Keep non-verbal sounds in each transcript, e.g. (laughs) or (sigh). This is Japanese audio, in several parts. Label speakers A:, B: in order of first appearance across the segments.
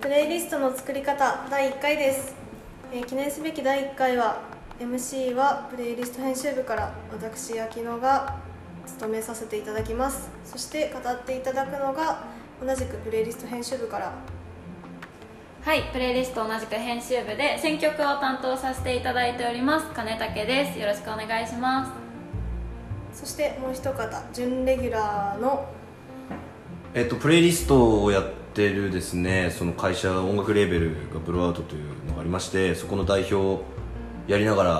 A: プレイリストの作り方第1回です、えー記念すべき第1回は MC はプレイリスト編集部から私秋野が務めさせていただきますそして語っていただくのが同じくプレイリスト編集部から
B: はい、プレイリスト同じく編集部で選曲を担当させていただいております金武です。よろしくお願いします。
A: そしてもう一方準レギュラーの
C: えっと、プレイリストをやってるですねその会社音楽レーベルがブローアウトというのがありましてそこの代表をやりながら、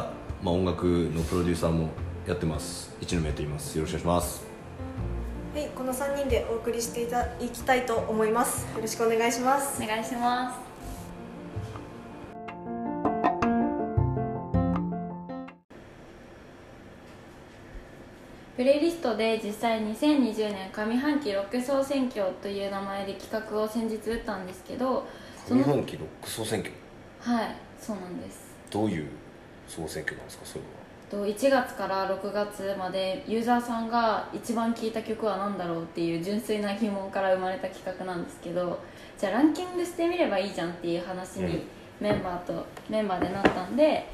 C: まあ、音楽のプロデューサーもやってます一ノ宮と言いますよろしくお願いします
A: はい、この3人でお送りしていただきたいと思いますよろしくお願いします
B: お願いします。プレイリストで実際2020年上半期ロック総選挙という名前で企画を先日打ったんですけどそ
C: 日
B: のはい
C: 本期ロック総選挙
B: そうなんです
C: どういう総選挙なんですかそれは
B: えっと1月から6月までユーザーさんが一番聴いた曲は何だろうっていう純粋な疑問から生まれた企画なんですけどじゃあランキングしてみればいいじゃんっていう話
C: う
B: に
C: ん
B: メンバーとメンバーでなったんで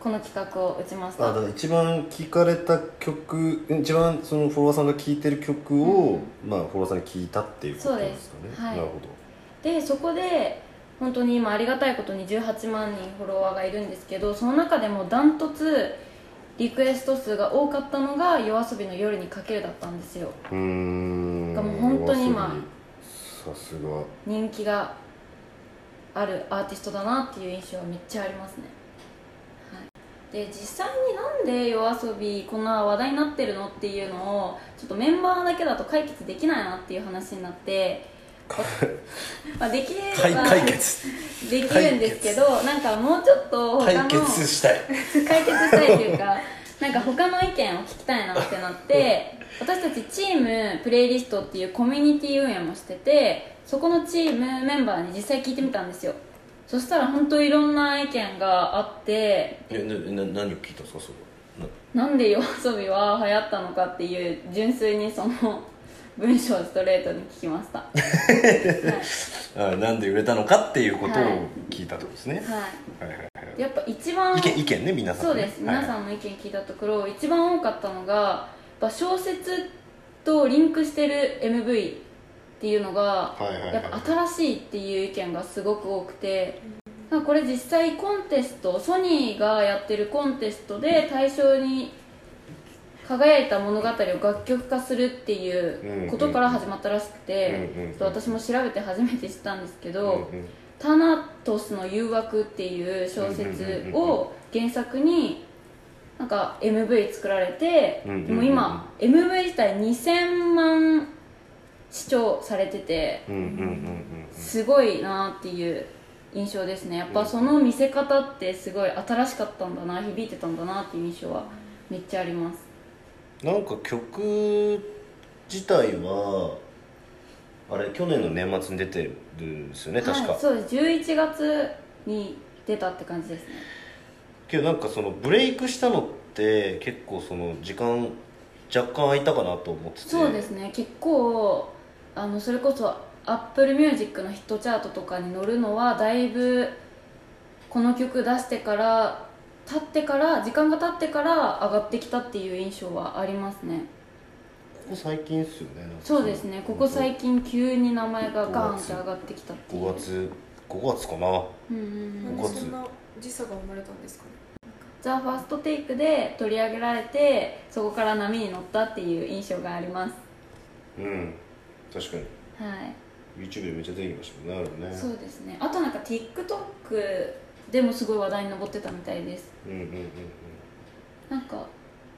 B: この企画を打ちました
C: あだから一番聞かれた曲一番そのフォロワーさんが聴いてる曲を、まあ、フォロワーさんに聞いたっていうことなんですかね
B: そうですはい
C: なるほ
B: でそこで本当に今ありがたいことに18万人フォロワーがいるんですけどその中でもダントツリクエスト数が多かったのが夜遊びの夜にかけるだったんですよ
C: どうーん
B: がもう本当に今
C: さすが
B: 人気があるアーティストだなっていう印象はめっちゃありますね、はい、で実際になんで夜遊びこんな話題になってるのっていうのをちょっとメンバーだけだと解決できないなっていう話になって (laughs) まあできれば
C: 解決
B: できるんですけどなんかもうちょっと他の
C: 解決したい
B: 解決したいというか (laughs) なんか他の意見を聞きたいなってなって私たちチームプレイリストっていうコミュニティ運営もしててそこのチームメンバーに実際聞いてみたんですよそしたら本当いろんな意見があって
C: えなな何を聞いたんですかそれは
B: なんで夜遊びは流行ったのかっていう純粋にその文章をストレートに聞きましたはい
C: なあなんで売れたのかっていうことを
B: はい
C: 聞いたってことですね、はい、はいはいはい
B: やっぱ一番
C: 意見意見ね皆さん
B: そうです、皆
C: ん
B: さんの意見聞いたところ一番多かったのがやっぱ小説とリンクしてる MV っていうのが、
C: はいはいはい
B: やっぱ新しいっていう意見がすごく多くて、なんかこれ実際コンテストソニーがやってるコンテストで大賞に輝いた物語を楽曲化するっていうことから始まったらしくて、
C: うんうんうん
B: ちょっと私も調べて初めて知ったんですけど、
C: うんうん
B: 「タナトスの誘惑」っていう小説を原作になんか MV 作られて
C: うんうんうん
B: でも今 MV 自体2000万視聴されてて
C: うんうんうん
B: すごいなっていう印象ですねやっぱその見せ方ってすごい新しかったんだな響いてたんだなっていう印象はめっちゃあります
C: うんなんか曲自体はあれ去年の年末に出てるんですよね確か、
B: はい、そうです11月に出たって感じですね
C: けどなんかそのブレイクしたのって結構その時間若干空いたかなと思ってて
B: そうですね結構あのそれこそアップルミュージックのヒットチャートとかに乗るのはだいぶこの曲出してから経ってから時間が経ってから上がってきたっていう印象はありますね
C: ここ最近っすよねなんか
B: そうですねここ最近急に名前がガーンって上がってきたっていう
C: 5月5月かな
B: うんうんうん
C: 五月そん
A: な時差が生まれたんですかね
B: ザ・ファーストテイクで取り上げられてそこから波に乗ったっていう印象があります
C: うん確かに
B: はい
C: YouTube でめっちゃ出てきましたもんねあれもね
B: そうですねあとなんか TikTok でもすごい話題に上ってたみたいです
C: うんうんうんうん
B: なんか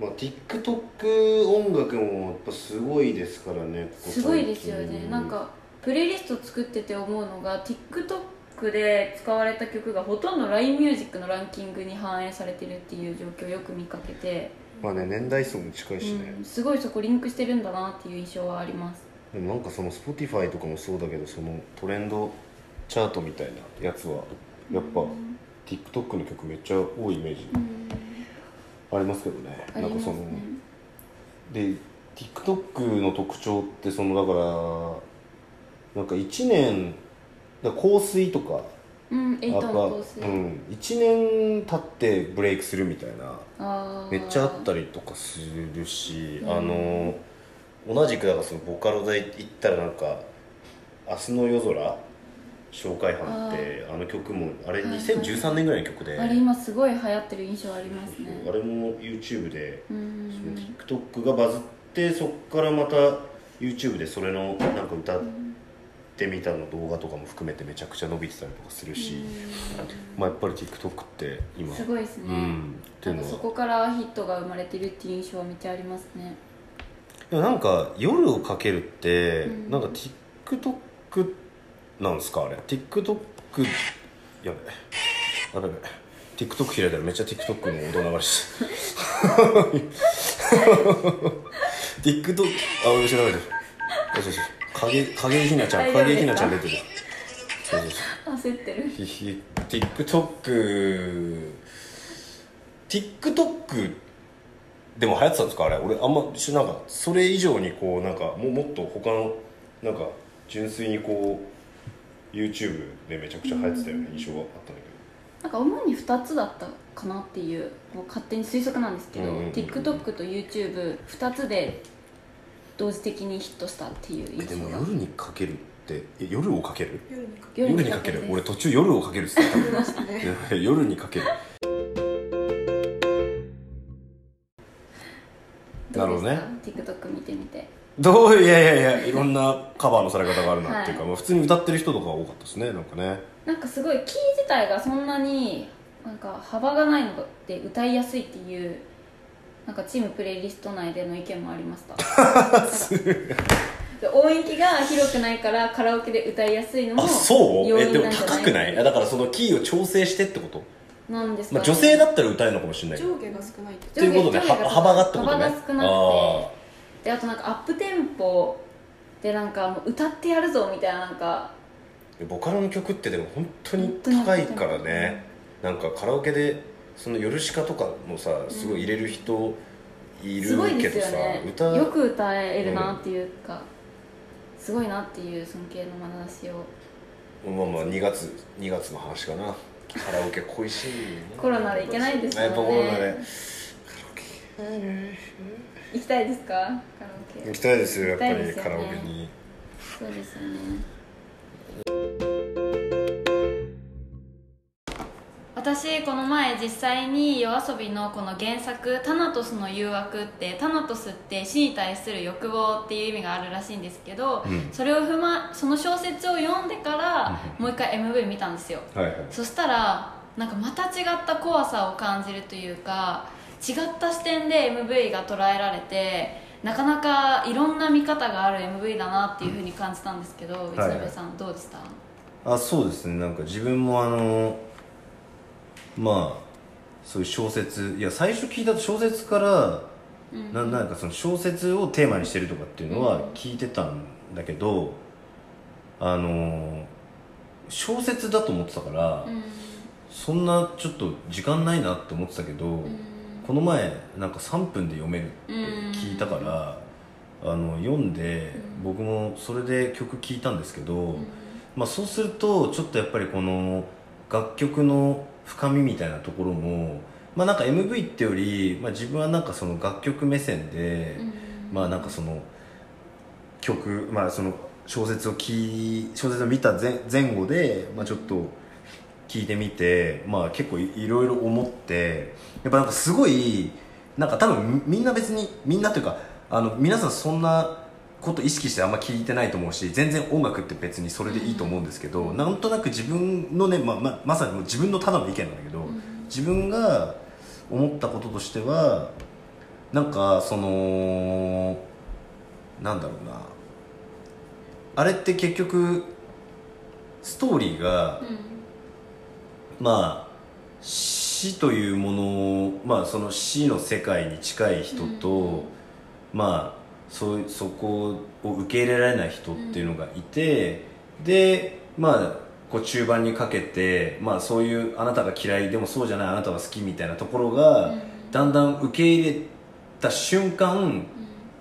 C: まあ TikTok 音楽もやっぱすごいですからねここ最
B: す
C: 近
B: ごいですよねなんかプレイリスト作ってて思うのが TikTok で使われた曲がほとんど LINEMUSIC のランキングに反映されてるっていう状況をよく見かけて、
C: まあね年代層も近いしね
B: うん、、すごいそこリンクしてるんだなっていう印象はあります
C: でもなんかその Spotify とかもそうだけどそのトレンドチャートみたいなやつはやっぱ TikTok の曲めっちゃ多いイメージ
B: うん
C: ありますけどね、
B: あり
C: なん
B: ま
C: か
B: す
C: そ
B: ね
C: ので TikTok の特徴ってそのだからなんか1年だから香水とか
B: うんエイ
C: や
B: ト
C: っぱ
B: の香水、
C: うん、1年経ってブレイクするみたいな
B: あー
C: めっちゃあったりとかするし、
B: うん
C: あの同じくだからそのボカロで行ったらなんか「明日の夜空」紹介班ってあの曲もあれ
B: はいはい
C: 2013年ぐらいの曲で、
B: あれ今すごい流行ってる印象ありますね
C: あれも YouTube で
B: う
C: その
B: ん
C: TikTok がバズってそっからまた YouTube でそれのなんか歌ってみたの動画とかも含めてめちゃくちゃ伸びてたりとかするし、まあ、やっぱり TikTok って今
B: すごいですね、
C: うんっていう
B: なん
C: の
B: かそ
C: は
B: こからヒットが生まれてるっていう印象はめっちゃありますね
C: でもなんか夜をかけるって、
B: うん
C: なんか TikTok なんですかあれ TikTok やべあれ TikTok 開いたらめっちゃ TikTok の音流してる TikTok あ俺調べてるよしよし影影ひなちゃん
B: 大丈夫
C: 影ひなちゃん出
B: で
C: てるそうそうそう
B: 焦ってる
C: ひひ TikTok TikTok でも流行ってたんですかあれ俺あんましなんかそれ以上にこうなんかももっと他のなんか純粋にこう YouTube でめちゃくちゃ流行ってたよね印象はあったんだ
B: なんか主に2つだったかなっていうもう勝手に推測なんですけど、
C: うんうんうんうん
B: TikTok と YouTube2 つで同時的にヒットしたっていう
C: けど
B: 印象が
C: にかけるってえ夜をかける
A: 夜にか
B: 夜にかける
C: 俺途中夜をかける
B: (laughs)
C: っすね
A: けましたね
C: 夜にかけるなるほどね
B: うですか TikTok 見てみて
C: どういやいやいやいろんなカバーのされ方があるなっていうか、
B: はい
C: まあ、普通に歌ってる人とかが多かったですねなんかね
B: なんかすごいキー自体がそんなになんか幅がないので歌いやすいっていうなんかチームプレイリスト内での意見もありました
C: (laughs)
B: で音域が広くないからカラオケで歌いやすいのも
C: あそう
B: 要
C: え
B: 因
C: で
B: なん
C: も
B: じゃ
C: 高くないあだからそのキーを調整してってこと、
B: なんですか、
C: ま
B: ね
C: あ、女性だったら歌えるのかもしれない
A: 上下が少ないって
C: ということで
B: 上下上
C: は
B: 下が
C: 幅がってことね
B: 幅が少なくて
C: あ
B: であとなんかアップテンポでなんかもう歌ってやるぞみたいななんか
C: ーボカロの曲ってでも本当に高いからねなんかカラオケでそのヨルシカとかもさすごい入れる人い
B: す
C: る
B: ごい
C: け
B: ですよ
C: どさ、
B: ね
C: 歌
B: よく歌えるなっていうか、すごいなっていう尊敬の眼差しを
C: まあまあ2月2月の話かなカラオケ恋しいよね
B: コロナで行けないですもんね
C: やっぱコロナでカラオ
B: 行きたいですかカラオ
C: ケ
B: ケ
C: 行きたいですよやっぱ
B: 行きたい
C: り
B: ですよ
C: カ
B: ね
C: ラオケに
B: そうですよね私この前実際に夜遊びのこの原作「タナトスの誘惑」ってタナトスって死に対する欲望っていう意味があるらしいんですけど、
C: うん
B: それを踏まその小説を読んでからもう一回 MV 見たんですよ
C: はいはい
B: そしたらなんかまた違った怖さを感じるというか違った視点で MV が捉えられてなかなかいろんな見方がある MV だなっていうふうに感じたんですけど、
C: い
B: 一
C: はい
B: 部さんどうでした、
C: あそうですねなんか自分もあのまあそういう小説いや最初聞いた小説から、
B: うん
C: ななんかその小説をテーマにしてるとかっていうの
B: うん
C: は聞いてたんだけど、あの小説だと思ってたから、
B: うん
C: そんなちょっと時間ないなって思ってたけど、この前なんか3分で読めるって聞いたから、あの読んで、僕もそれで曲聞いたんですけど、まあ、そうするとちょっとやっぱりこの楽曲の深みみたいなところも、まあ、なんか MV ってより、まあ、自分はなんかその楽曲目線で、まあなんかその曲、まあ、その小説を聞い小説を見た前前後で、まあ、ちょっと聞いてみて、まあ、結構いいろいろ思ってやっぱなんかすごいなんか多分みみんな別にみんなというかあの皆さんそんなこと意識してあんま聞いてないと思うし全然音楽って別にそれでいいと思うんですけど、なんとなく自分のね、まあまあ、まさにもう自分のただの意見なんだけど、自分が思ったこととしてはなんかそのなんだろうなあれって結局ストーリーが、まあ死というものを、まあ、その死の世界に近い人と、
B: うん
C: まあそうそこを受け入れられない人っていうのがいて、でまあこう中盤にかけて、まあ、そういうあなたが嫌いでもそうじゃないあなたは好きみたいなところが、だんだん受け入れた瞬間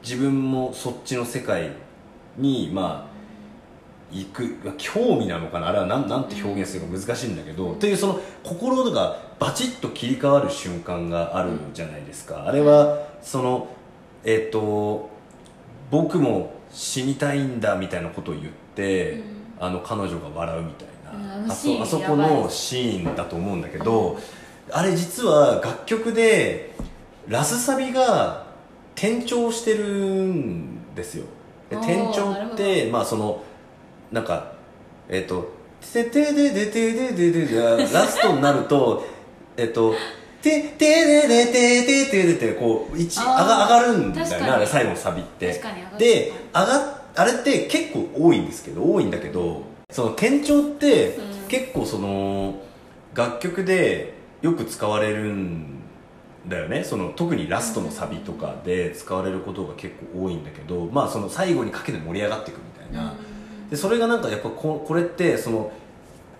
C: 自分もそっちの世界にまあ行く興味なのかなあれはなんなんて表現するか難しいんだけど、っていうその心がバチッと切り替わる瞬間があるじゃないですか、あれはそのえっ、と僕も死にたいんだみたいなことを言って、
B: うん
C: あの彼女が笑うみたいな、
B: うんあの
C: あ
B: シーン
C: そあそ
B: や
C: こ
B: ばい
C: のシーンだと思うんだけど、あれ実は楽曲でラスサビが転調してるんですよで
B: おー
C: 転調ってまあそのなんかえっ、と「ててででてでででで」がラストになると (laughs) えっと「ててででてでてで」ってこう一上
B: あ
C: が上がるんだ
B: 確
C: よ
B: か
C: ね
B: に
C: あれ最後のサビって
B: 確かに上がる
C: で上がっあれって結構多いんですけど多いんだけどその転調って
B: うん
C: 結構その楽曲でよく使われるんだよねその特にラストのサビとかで使われることが結構多いんだけどまあその最後にかけて盛り上がっていくみたいな、でそれがなんかやっぱここれってその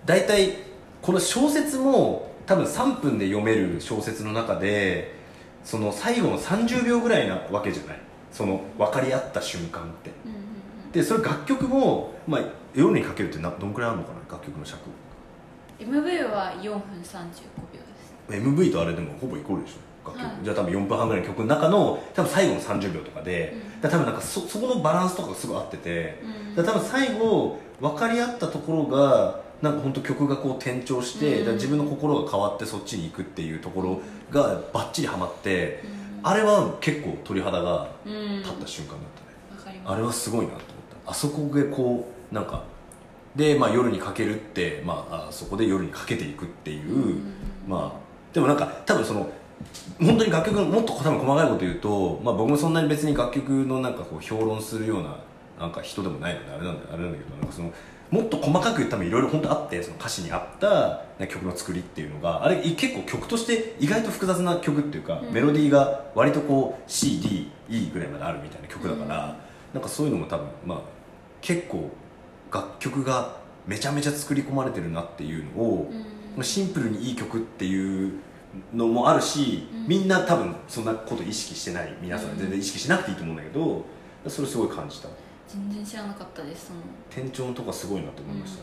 C: 大体この小説も多分3分で読める小説の中でその最後の30秒ぐらいなわけじゃないその分かり合った瞬間って
B: うんうんうん
C: でそれ楽曲も、まあ、夜にかけるってなどんくらいあるのかな楽曲の尺
B: うん MV は4分35秒です、
C: MV とあれでもほぼイコールでしょ楽曲、
B: はい
C: じゃあ多分4分半ぐらいの曲の中の多分最後の30秒とかで、
B: うん
C: だから多分なんかそそこのバランスとかがすごい合ってて
B: うん
C: だから多分最後分かり合ったところがなんか本当曲がこう転調して、
B: うん
C: だから自分の心が変わってそっちに行くっていうところがバッチリハマって、
B: うん
C: あれは結構鳥肌が
B: うん
C: 立った瞬間だっ
B: わか
C: たね、
B: ります
C: あれはすごいなと思ったあそこでこうなんかで、まあ、夜にかけるって、まあ、あそこで夜にかけていくっていう、
B: うん
C: まあでもなんか多分その本当に楽曲のもっと多分細かいこと言うと、まあ、僕もそんなに別に楽曲のなんかこう評論するようななんか人でもないのであれなんだあれなんだけどなんかそのもっと細かく多分いろいろ本当あってその歌詞に合ったなんか曲の作りっていうのがあれ結構曲として意外と複雑な曲っていうか、
B: うん
C: メロディーが割とこう CDE ぐらいまであるみたいな曲だから、なんかそういうのも多分まあ結構楽曲がめちゃめちゃ作り込まれてるなっていうのを、
B: うん
C: まあシンプルにいい曲っていうのもあるし、
B: うん
C: みんな多分そんなこと意識してない皆さ
B: うんん
C: 全然意識しなくていいと思うんだけどそれすごい感じた
B: 全然知らなかったですその
C: 転調のとかすごいなと思いましたね、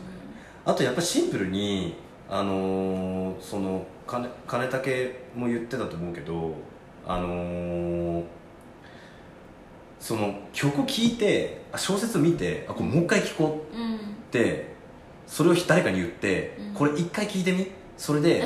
C: あとやっぱシンプルにあのーその金金武も言ってたと思うけどあのーその曲を聴いてあ小説を見てあこれもう一回聴こう
B: うんうん
C: でそれを誰かに言って、
B: うん
C: これ一回聞いてみそ
B: (laughs)
C: れで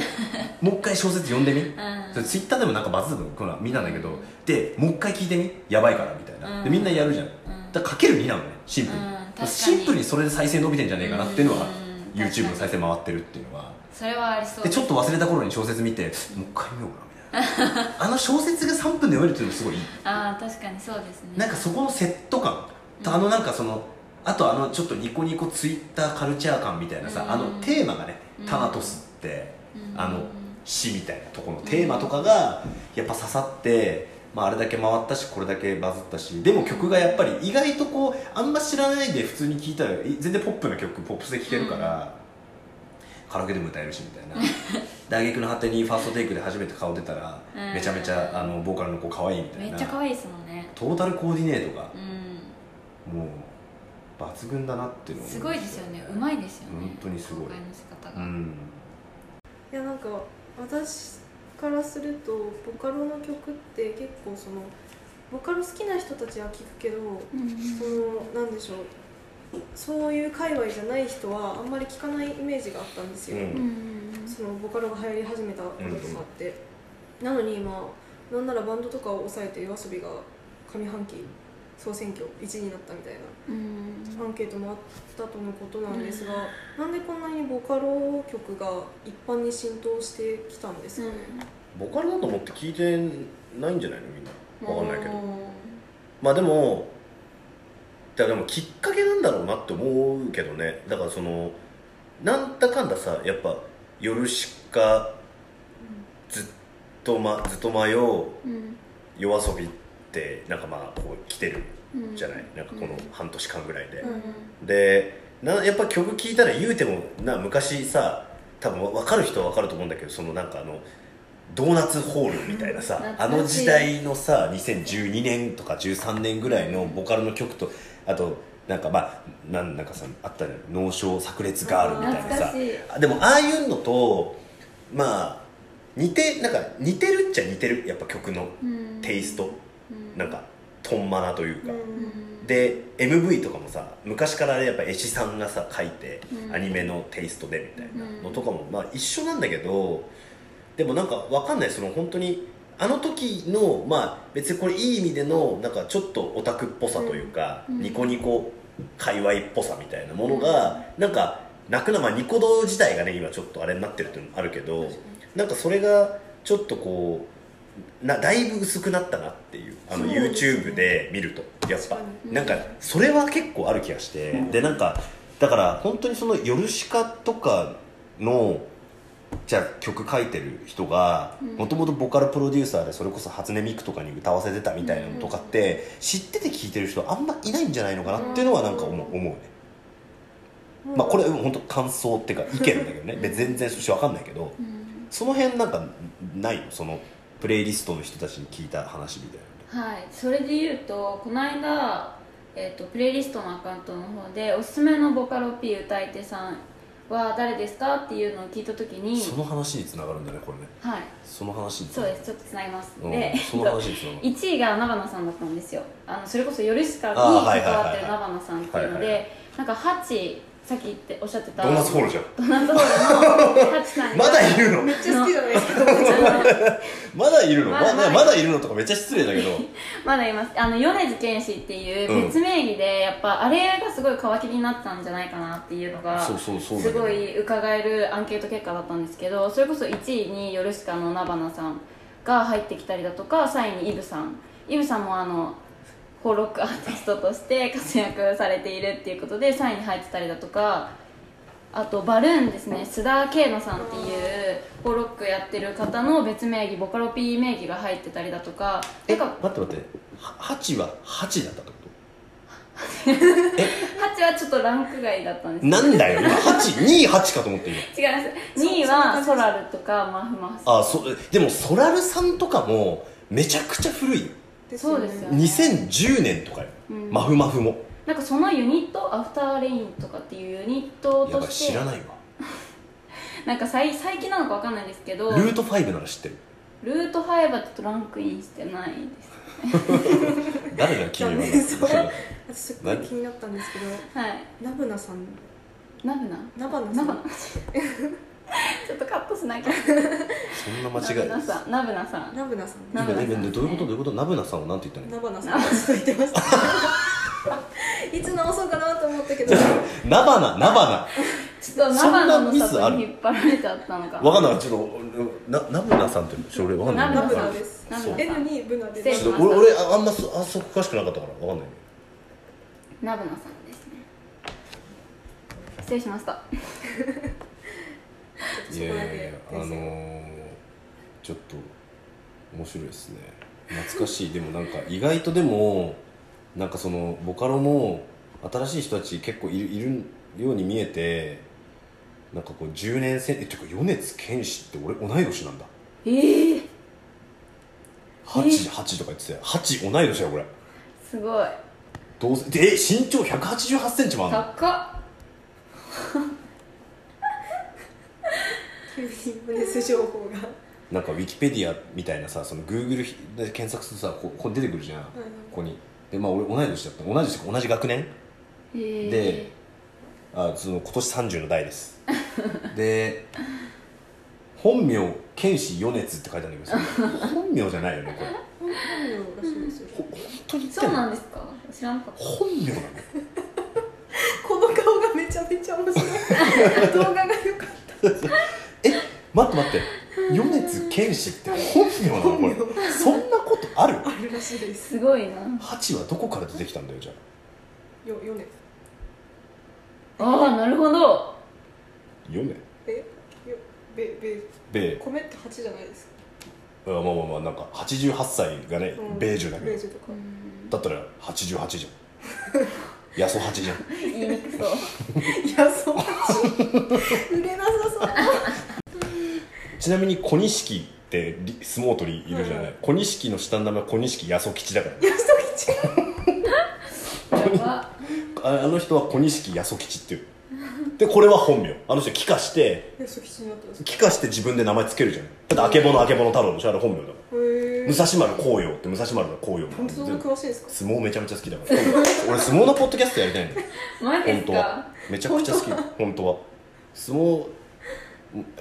C: もう一回小説読んでみ
B: うん
C: それツイッターでもなんかバズるのこの見たんだけど、
B: うん
C: でもう一回聞いてみやばいからみたいな、で
B: うん
C: みんなやるじゃんだ
B: うん
C: からかける2なのねシンプルに,、
B: うん確かに
C: シンプルにそれで再生伸びてんじゃねえかなっていうのは、
B: うん
C: YouTube の再
B: 確かに
C: 生回ってるっていうのは
B: それはありそう
C: でちょっと忘れた頃に小説見てもう一回見ようかなみたいなあの小説が3分で読めるっていうのもすごいいい
B: ああ確かにそうですね
C: なんかそこのセット感と
B: うん
C: あのなんかそのあとあのちょっとニコニコツイッターカルチャー感みたいなさ、
B: うん
C: あのテーマがね
B: う
C: 「
B: ん
C: タナトス」って、
B: うん
C: あの死みたいなとこのテーマとかがやっぱ刺さって、まあ、あれだけ回ったしこれだけバズったしでも曲がやっぱり意外とこうあんま知らないで普通に聴いたらい全然ポップな曲ポップスで聴けるから、カラオケでも歌えるしみた
B: (laughs)
C: いな大逆の果てにファーストテイクで初めて顔出たら
B: うん
C: めちゃめちゃあのボーカルの子可愛いみた
B: め
C: い
B: っ
C: な
B: ちゃ可愛いですもんね
C: トータルコーディネートが
B: うん
C: もう抜群だなっていうのを
B: すごいですよねうまいですよね
C: 本当にすごい
B: 紹介の仕方
C: う
B: が
C: ん
A: いやなんか私からするとボカロの曲って結構そのボカロ好きな人たちは聴くけど
B: うん
A: そのなんでしょうそういう界隈じゃない人はあんまり聴かないイメージがあったんです
C: う
A: よ、
B: う
C: ん
B: んうん
A: そのボカロが流行り始めたこととかあって、なのに今なんならバンドとかを抑えて YOASOBI が上半期総選挙1位になったみたいな
B: うん
A: アンケートもあったとのことなんですが、なんでこんなにボカロ曲が一般に浸透してきたんですかね、
C: ボカルだと思って聞いてないんじゃないのみんなわかんないけど
B: ど
C: まあでもだからでもきっかけなんだろうなって思うけどねだからそのなんだかんださやっぱ「夜しかずっと,、ま、ずっと迷う夜遊び」ってなんかまあこう来てるじゃない、なんかこの半年間ぐらいで、
B: うん
C: でなやっぱ曲聴いたら言うてもな昔さ多分分かる人は分かると思うんだけどそのなんかあのドーナツホールみたいなさあ
B: 懐
C: の
B: かし
C: 時
B: い
C: 代のさ2012年とか13年ぐらいのボカロの曲とあとなんかまあなんなんかさあったのよ脳症炸裂ガールみたいな
B: あー
C: さ
B: 懐
C: でもああいうのとまあ似てなんか似てるっちゃ似てるやっぱ曲の
B: うん
C: テイスト
B: うん
C: なんかトンマナというか、
B: うん
C: で MV とかもさ昔からあれやっぱ絵師さんがさ書いて、
B: うん
C: アニメのテイストでみたいなの
B: うん
C: とかも、まあ一緒なんだけどでもなんかわかんないその本当にあの時のまあ別にこれいい意味でのなんかちょっとオタクっぽさというか、
B: うん
C: ニコニコ界隈っぽさみたいなものが、なんかなくなまあニコ動自体がね今ちょっとあれになってるっていうのもあるけどなんかそれがちょっとこうなだいぶ薄くなったなっていうあの
A: そうですね
C: YouTube で見るとやっぱ
A: 確か
B: に
C: なんかそれは結構ある気がして、でなんかだから本当にそのヨルシカとかのじゃあ曲書いてる人が
B: うん
C: もともとボカルプロデューサーでそれこそ初音ミクとかに歌わせてたみたいなのとかって知ってて聴いてる人あんまいないんじゃないのかなっていうのはなんか思う思うね、まあ、これは本当感想っていうか意見だけどね別に全然そして分かんないけど
B: うん
C: その辺なんかないのそのプレイリストの人たちに聞いた話みたい
B: はいそれで言うとこの間、えー、とプレイリストのアカウントの方でおすすめのボカロ P 歌い手さんは誰ですかっていうのを聞いた時
C: な
B: に
C: その話につながるんだねこれね
B: はい
C: その話につ
B: そ
C: な
B: う
C: がる
B: ですちょっとつなぎます、
C: うん
B: で
C: そ
B: (laughs)
C: の話につながる
B: 1位が長野さんだったんですよあのそれこそヨルシカに関
C: あーはいはいはい
B: わってる長野さんっていうの
C: はいは
B: でなんかハチさっき言っておっしゃってた
C: ドーナツホールじゃん
B: ドーナツホールのハチさんが
C: まだいる
B: (laughs)
C: の
A: めっちゃ好きだね
B: あの
C: まだいるのま
B: まだ
C: だ
B: まだ
C: まだいるのとかめっちゃ失礼だけど
B: まだいますあの米津玄師っていう別名義で、やっぱあれがすごい皮切りになったんじゃないかなっていうのが
C: そうそうそうだけ
B: す
C: ど
B: ごい伺えるアンケート結果だったんですけどそれこそ1位にヨルシカのナバナさんが入ってきたりだとか3位にイブさんイブさんもあのフォロックアーティストとして (laughs) 活躍されているっていうことで3位に入ってたりだとかあとバルーンですね須田圭乃さんっていうフォロックやってる方の別名義ボカロ P 名義が入ってたりだとか
C: え
B: な
C: 待
B: んか
C: って待っては八は八だったってこ
B: ハチはちょっとランク外だったんです
C: となんだよ今八二八かと思って今
B: 違います2位はソラルとかマフマフさん
C: あそでもソラルさんとかもめちゃくちゃ古いよ
B: そうですよね
C: 2010年とかよ、
B: うん
C: マフマフも
B: なんかそのユニットアフターレインとかっていうユニット
C: や
B: と
C: ばい
B: し
C: 知
B: て
C: ら
B: な
C: ないわ
B: んか最最近なのかわかんないですけど
C: ルート5なら知ってる
B: ルートハイバーちょっとランクインしてないです
C: 誰だよ君は
A: 私すっごい気になったんですけど
B: はい
A: ナブナさん
B: ナブナ
A: ナバナさ
B: ナ
A: ん
B: ブナ (laughs) ちょっとカットしなきゃ
C: そんな間
B: ナ
C: 違
B: ブ
C: い
B: ナさんナブナさん
A: ナブナさん
B: ナ
C: 今
B: ブナさん
C: ねねどういうことどういうことナブナさんはなんて言ったの
A: ナバナさんそう言って
B: (laughs)
A: ましたいつ直そうかなと思ったけど
C: ナバナナバ
B: ちょっと
C: そ
B: ナバ
C: んな
B: ナの
C: ミスあ
B: 里
C: る
B: に引っ張られちゃったのか
C: ナわかんないちょっとなナブナさんってちょ俺わかんない
A: ナブナです
B: ナ
C: そう
B: ブナさ
A: N
B: ん
A: にブナで
B: 失礼
C: ちょっと俺俺ああんまそあそこ詳しくなかったからわかんない
B: ナブナさんですね失礼しました
A: そこだけ
C: あのー、ちょっと面白いですね懐かしいでもなんか意外とでもなんかそのボカロも新しい人たち結構いるいるように見えてなんかこう10年生えてか米津玄師って俺同い年なんだ
B: ええー、
C: 88とか言ってたよ8同い年だよこれ
B: すごい
C: どうせでえ身長1 8 8ンチもあんの
B: 高っ
A: 急にブネス情報が
C: なんかウィキペディアみたいなさそのグーグルで検索するとさこここ出てくるじゃん、ここにでまあ俺同い年だった同じ同じ学年
B: えー、
C: であその今年30の代ですで本名剣士米津って書いてあるんだけどそれ本名じゃないよねこれ
A: 本名らしいですよ
C: ほ本当に言って
B: そ
C: ん
B: うな
C: の
B: んですか知らなかった
C: 本名なの
A: この顔がめちゃめちゃ面白
B: (laughs)
A: い動画が良かっ
C: え待って待って米津剣士って本名なのこれそんなことある
A: たあるらしいです
B: すごいな
C: 八はどこから出てきたんだよじゃあ
A: よ米
B: ああなるほど
C: 米
A: えよべべ
C: 米
A: 米って八じゃないですか
C: あまあまあまあなんか88歳がね、
A: うん
C: 米寿だけ
A: 米
C: ど
A: 寿とか
C: だったら88じゃんやそ8じゃん
B: 言いにくそう
A: いやそう八売れなさそう
C: ちなみに小錦ってり相撲取りいるじゃない、小錦の下の名前は小錦八十吉だから
A: やすときち
B: やば
C: ああの人は小錦八十吉っていうでこれは本名あの人帰化して
A: やすときちになってますへ
C: 帰化して自分で名前つけるじゃんだってあけぼのあけぼの太郎でしょあれ本名だから
A: え
C: 武蔵丸紅葉って武蔵丸の紅葉
A: 本当そんな詳しいんですか
C: 相撲めちゃめちゃ好きだから俺相撲のポッドキャストやりたいの
B: マジで
C: (laughs) 本
B: す
C: 当は
B: か
C: めちゃくちゃ好き本当は相撲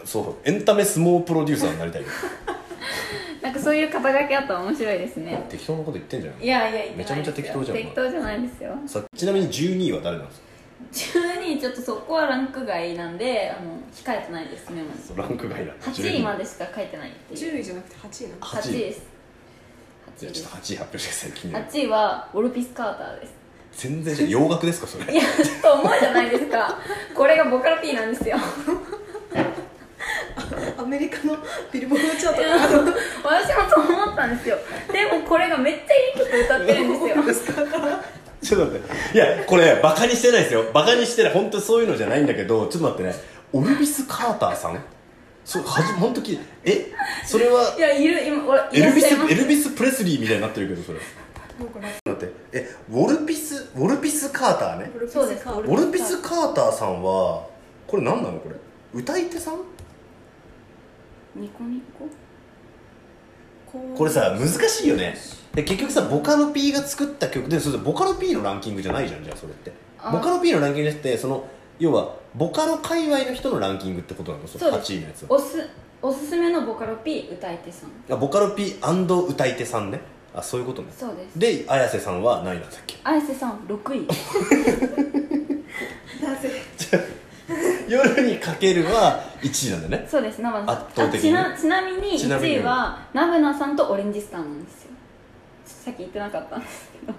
C: そうエンタメ相撲プロデューサーになりたいよ
B: なんかそういう肩書きあったら面白いですね
C: 適当なこと言ってんじゃない
B: いやいや言ってないですよ
C: めちゃめちゃ適当じゃん
B: 適当じゃないですよ
C: さちなみに12位は誰なんですか
B: 12位ちょっとそこはランク外なんであの控えてないですメモに
C: ランク外だ
B: 8位までしか書いてないっていう
A: 10位じゃなくて8位な
C: 8
B: 8位です8位で
C: じゃあち
B: す
C: ょっと8位発表してください気になる
B: 8位はオルピス・カーターです
C: 全然じゃあ洋楽ですかそれ
B: いやと思うじゃないですかこれがボカロ P なんですよ
A: アメリカのビルボードチャート
B: いや
A: か
B: あの私もそう思ったんですよでもこれがめっちゃいい曲歌ってるん
C: (laughs)
B: ですよ
C: ちょっと待っていやこれバカにしてないですよバカにしてない本当そういうのじゃないんだけどちょっと待ってねオルビス・カーターさんそうはじ本当きえそれはい
B: やいる今ほらい
C: エ
B: ら
C: ル
B: っ
C: ビ
B: しゃ
C: ス
B: いま
C: エ
B: す
C: ルビス・プレスリーみたいになってるけどそれ
A: なんかラッ
C: だってえウォルピスウォルピス・カーターね
A: プルピス
B: そうです
A: カー
C: ウォルピス・カーターさんはこれ何なのこれ歌い手さん
B: ニコニコ
C: これさ難しいよねで結局さボカロ P が作った曲でそれボカロ P のランキングじゃないじゃんじゃあそれって
B: あー
C: ボカロ P のランキングってその要はボカロ界隈の人のランキングってことなのその
B: そうです
C: 8位のやつは
B: おすおすすめのボカロ P 歌い手さん
C: あボカロ P& 歌い手さんねあそういうことね
B: そうです
C: で綾瀬さんは何位なんだっけ (laughs)
B: 綾瀬さん6位
A: なぜ
C: 夜にかけるは1位なんだね
B: そうですナバナさん
C: 圧倒的に
B: あちなちなみに
C: ちなみに
B: 1位はナブナさんとオレンジスターなんですよさっき言ってなかったんですけど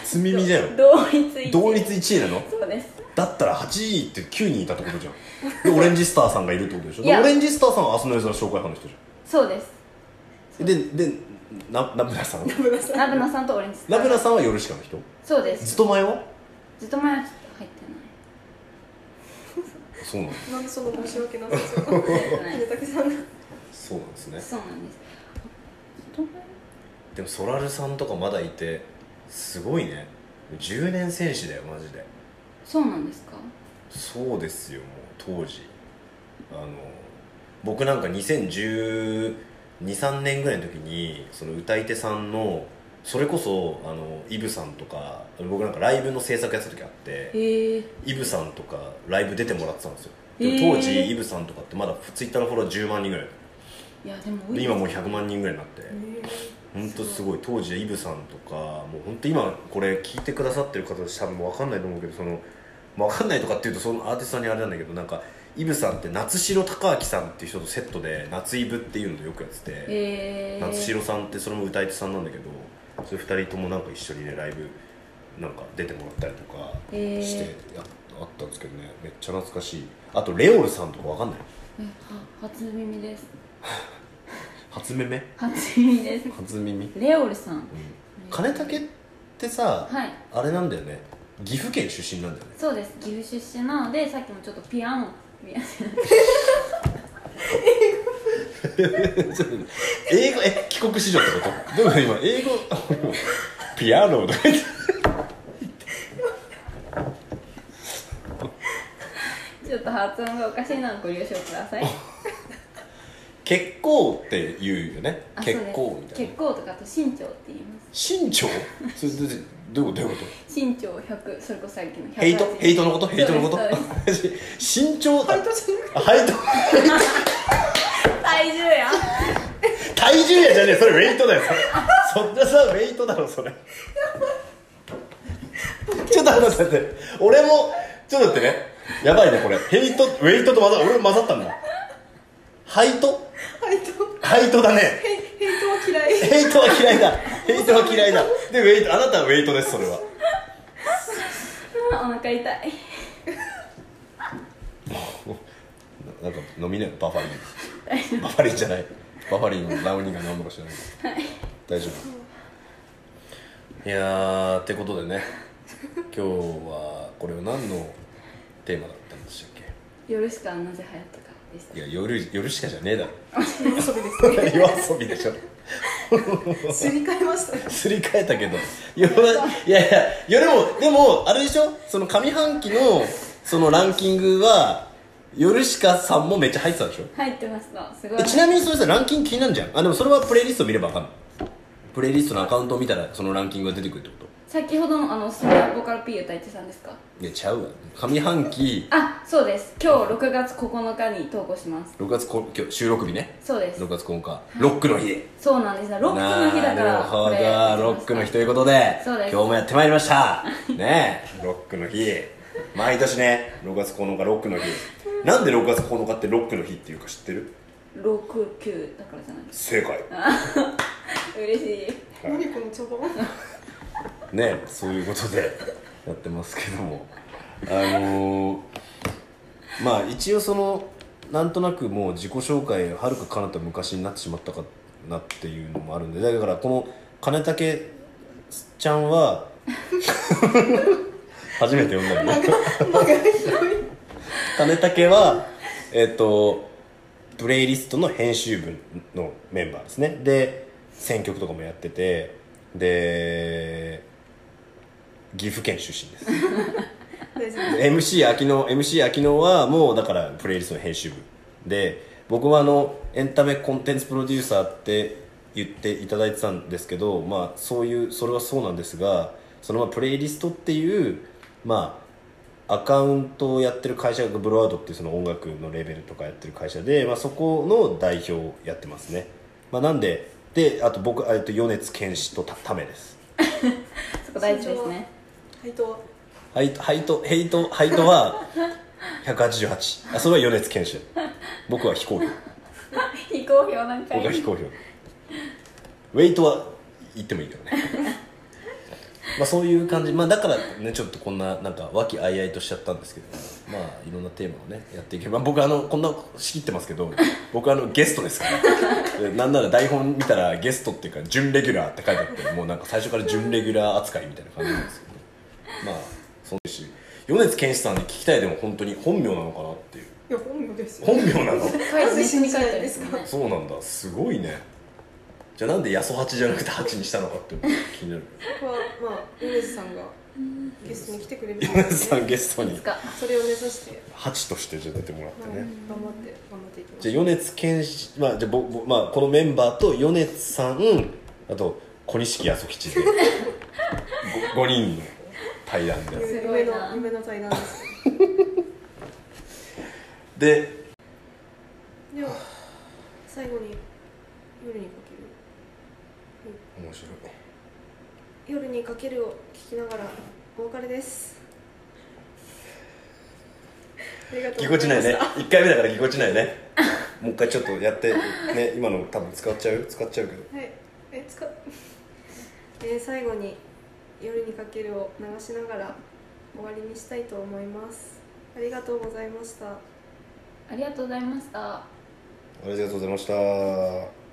C: 初耳だよ
B: 同率1位
C: 同率1位なの
B: そうです
C: だったら8位って9人いたってことじゃんでオレンジスターさんがいるってことでしょ
B: い
C: で
B: や
C: オレンジスターさんは明日の夜空紹介派の人じ
B: そうです
C: ゃんででなナブナさん
A: ナブナさん
B: ナブナさんとオレンジスター
C: ナブナさんは夜しかの人
B: そうです
C: ずっと前は
B: ずっと前はちょっと入ってない
C: そうなん
A: なんでその申し訳なさ
C: (laughs)
A: そう金竹さんが
C: そうなんです
B: そ
C: ね
B: うなんです。どんぐらい
C: でもソラルさんとかまだいてすごいね10年戦士だよマジで
B: そうなんですか。
C: そうですよもう当時あの僕なんか201213年ぐらいの時にその歌い手さんのそれこそあのイブさんとか僕なんかライブの制作やってた時あって
B: へえ。
C: イブさんとかライブ出てもらってたんですよ
B: へ
C: で
B: ー
C: も当時イブさんとかってまだツイッターのフォロワー10万人ぐらい
B: いやでも多い
C: で今もう100万人ぐらいになって本当すごい当時イブさんとかもう本当今これ聞いてくださってる方多分分かんないと思うけどその分かんないとかっていうとそのアーティストさんにあれなんだけどなんかイブさんって夏城隆明さんっていう人とセットで夏イブっていうのでよくやってて、
B: へえ。
C: 夏城さんってそれも歌い手さんなんだけどそれ2人ともなんか一緒にねライブなんか出てもらったりとか
B: へー
C: してやあったんですけどねめっちゃ懐かしいあとレオルさんとか分かんない
B: えは初耳です。
C: 初耳
B: 初耳です。
C: 初耳
B: レオルさん。
C: 金武ってさ、
B: はい。
C: あれなんだよね岐阜県出身なんだよね
B: そうです。岐阜出身なのでさっきもちょっとピアノ。ピアノ
C: 英語え帰国子女ってことでも今英語 (laughs) ピアノとか言って
B: ちょっと発音がおかしいのはご了承ください。
C: 結構って言うよね
B: あそうです
C: 結構みたいな
B: 結構とかあと身長って言います。
C: 身長それでどういうことどういうこ
B: 身長100それこそさっきの180
C: とヘイトヘイトのことヘイトのこと
B: そうですそうで
C: (laughs) 身長
A: バ
C: だ
A: イトじゃなくて
C: あハイト
B: す体重や。 (laughs)
C: 体重やじゃねえそれウェイトだよそれそんなさウェイトだろそれちょっと待って待って俺もちょっと待ってねやばいねこれヘイトウェイトと混ざ俺も混ざったんだハイト
A: バイト
C: ハイトだね
A: ヘイヘイトは嫌
C: (laughs)
A: い
C: ヘイトは嫌いだヘイトは嫌いだでウェイトあなたはウェイトですそれは
B: あお腹痛い。
C: なんか飲みなよバファリンバファリンじゃないバファリンのラウニンが飲むのか知らないけど、大丈夫いやーってことでね今日はこれは何のテーマだったんでしたっけ
B: 夜しかなぜ流行ったかでした
C: いや夜夜しかじゃねえだろ
A: そうですね
C: 夜遊びでしょ
A: すり替えましたね
C: すり替えたけど夜はいやいや夜もでもあれでしょその上半期のそのランキングは夜しかさんもめっちゃ入ってたでしょ
B: 入ってましたすごい
C: えちなみにそれさランキング気になるじゃんあでもそれはプレイリスト見ればわかんないプレイリストのアカウントを見たらそのランキングが出てくるってこ
B: 先ほどのあのスーボカル P 歌いてたんですか
C: といやちゃうわ上半期
B: あそうです今日6月9日に投稿します
C: 6月こ今日収録日ね
B: そうです
C: 6月9日ロックの日
B: そうなんですロックの日だか
C: な
B: ら
C: るほ
B: こ
C: ど
B: れ
C: ロックの日ということで
B: そうです
C: 今日もやってまいりま
B: (laughs)
C: したねえロックの日毎年ね6月9日ロックの日なんで6月9日ってロックの日っていうか知ってる
B: 69だからじゃないです
C: 正解
B: か嬉しい
A: 何この茶番
C: ねそういうことでやってますけどもあのー、まあ一応そのなんとなくもう自己紹介はるか彼方昔になってしまったかなっていうのもあるんでだからこの金武ちゃん (laughs) は初めて呼んだよね
A: 間が広い
C: 金武はえっ、とプレイリストの編集部のメンバーですねで選曲とかもやっててで岐阜県出身です
A: 大丈
C: MC 秋野 MC 秋野はもうだからプレイリストの編集部で僕はあのエンタメコンテンツプロデューサーって言っていただいてたんですけどまあそういうそれはそうなんですがそのまあプレイリストっていうまあアカウントをやってる会社がブロワードっていうその音楽のレベルとかやってる会社で、まあ、そこの代表をやってますね、まあ、なんでであと僕えっと米津玄師とたためです
B: そこ大事ですね
A: 夫配当は
C: ハイト、ハイト、ヘイト、ハイトは188。あ、それは米津玄師。僕は非公表。
B: 非公表なんかい
C: 僕は非公表。ウェイトは言ってもいいけど (laughs) ね。まあそういう感じ。まあだからね、ちょっとこんな、なんか和気あいあいとしちゃったんですけど、まあいろんなテーマをね、やっていけば、まあ僕あの、こんな仕切ってますけど、僕あの、ゲストです (laughs) から。でなんなら台本見たらゲストっていうか、準レギュラーって書いてあって、もうなんか最初から準レギュラー扱いみたいな感じなんですけど。まあそうですし米津玄師さんに聞きたいでも本当に本名なのかなっていう
A: いや本名ですよ
C: 本名なの
B: 回数一緒に書いてあるんですよ
A: な
B: ね
C: そうなんだすごいねじゃあなんで八十八じゃなくて八にしたのかって気になる
A: ここはまあ梅津さんがゲストに来てくれる
C: 米津さんゲ
A: ス
C: スト
B: い
C: に
B: つか
A: それを目指して、
C: 八としてじゃあ出てもらっ
A: まあ
C: てね、
A: 頑張って頑張っていきま
C: じ
A: す
C: ゃあ米津玄師まあじゃあぼぼまあこのメンバーと米津さんあと小錦八十吉でご5人の対談で
B: ゃあ
A: 夢
B: すごいな
A: の夢の対談
C: (laughs)
A: です
C: で
A: では最後に夜にかける
C: 面白い
A: 夜にかけるを聞きながらお別れ
C: (laughs)
A: です。ありがとう
C: ぎ
A: ご
C: こ
A: ざ
C: ち
A: い
C: な
A: ま
C: い
A: した
C: ね1回目だからぎこちないねもう一回ちょっとやってね今の多分使っちゃう使っちゃうけど
A: はい、え、つか。 (laughs) えー、最後に夜にかけるを流しながら終わりにしたいと思います。ありがとうございました。
B: ありがとうございました
C: ありがとうございました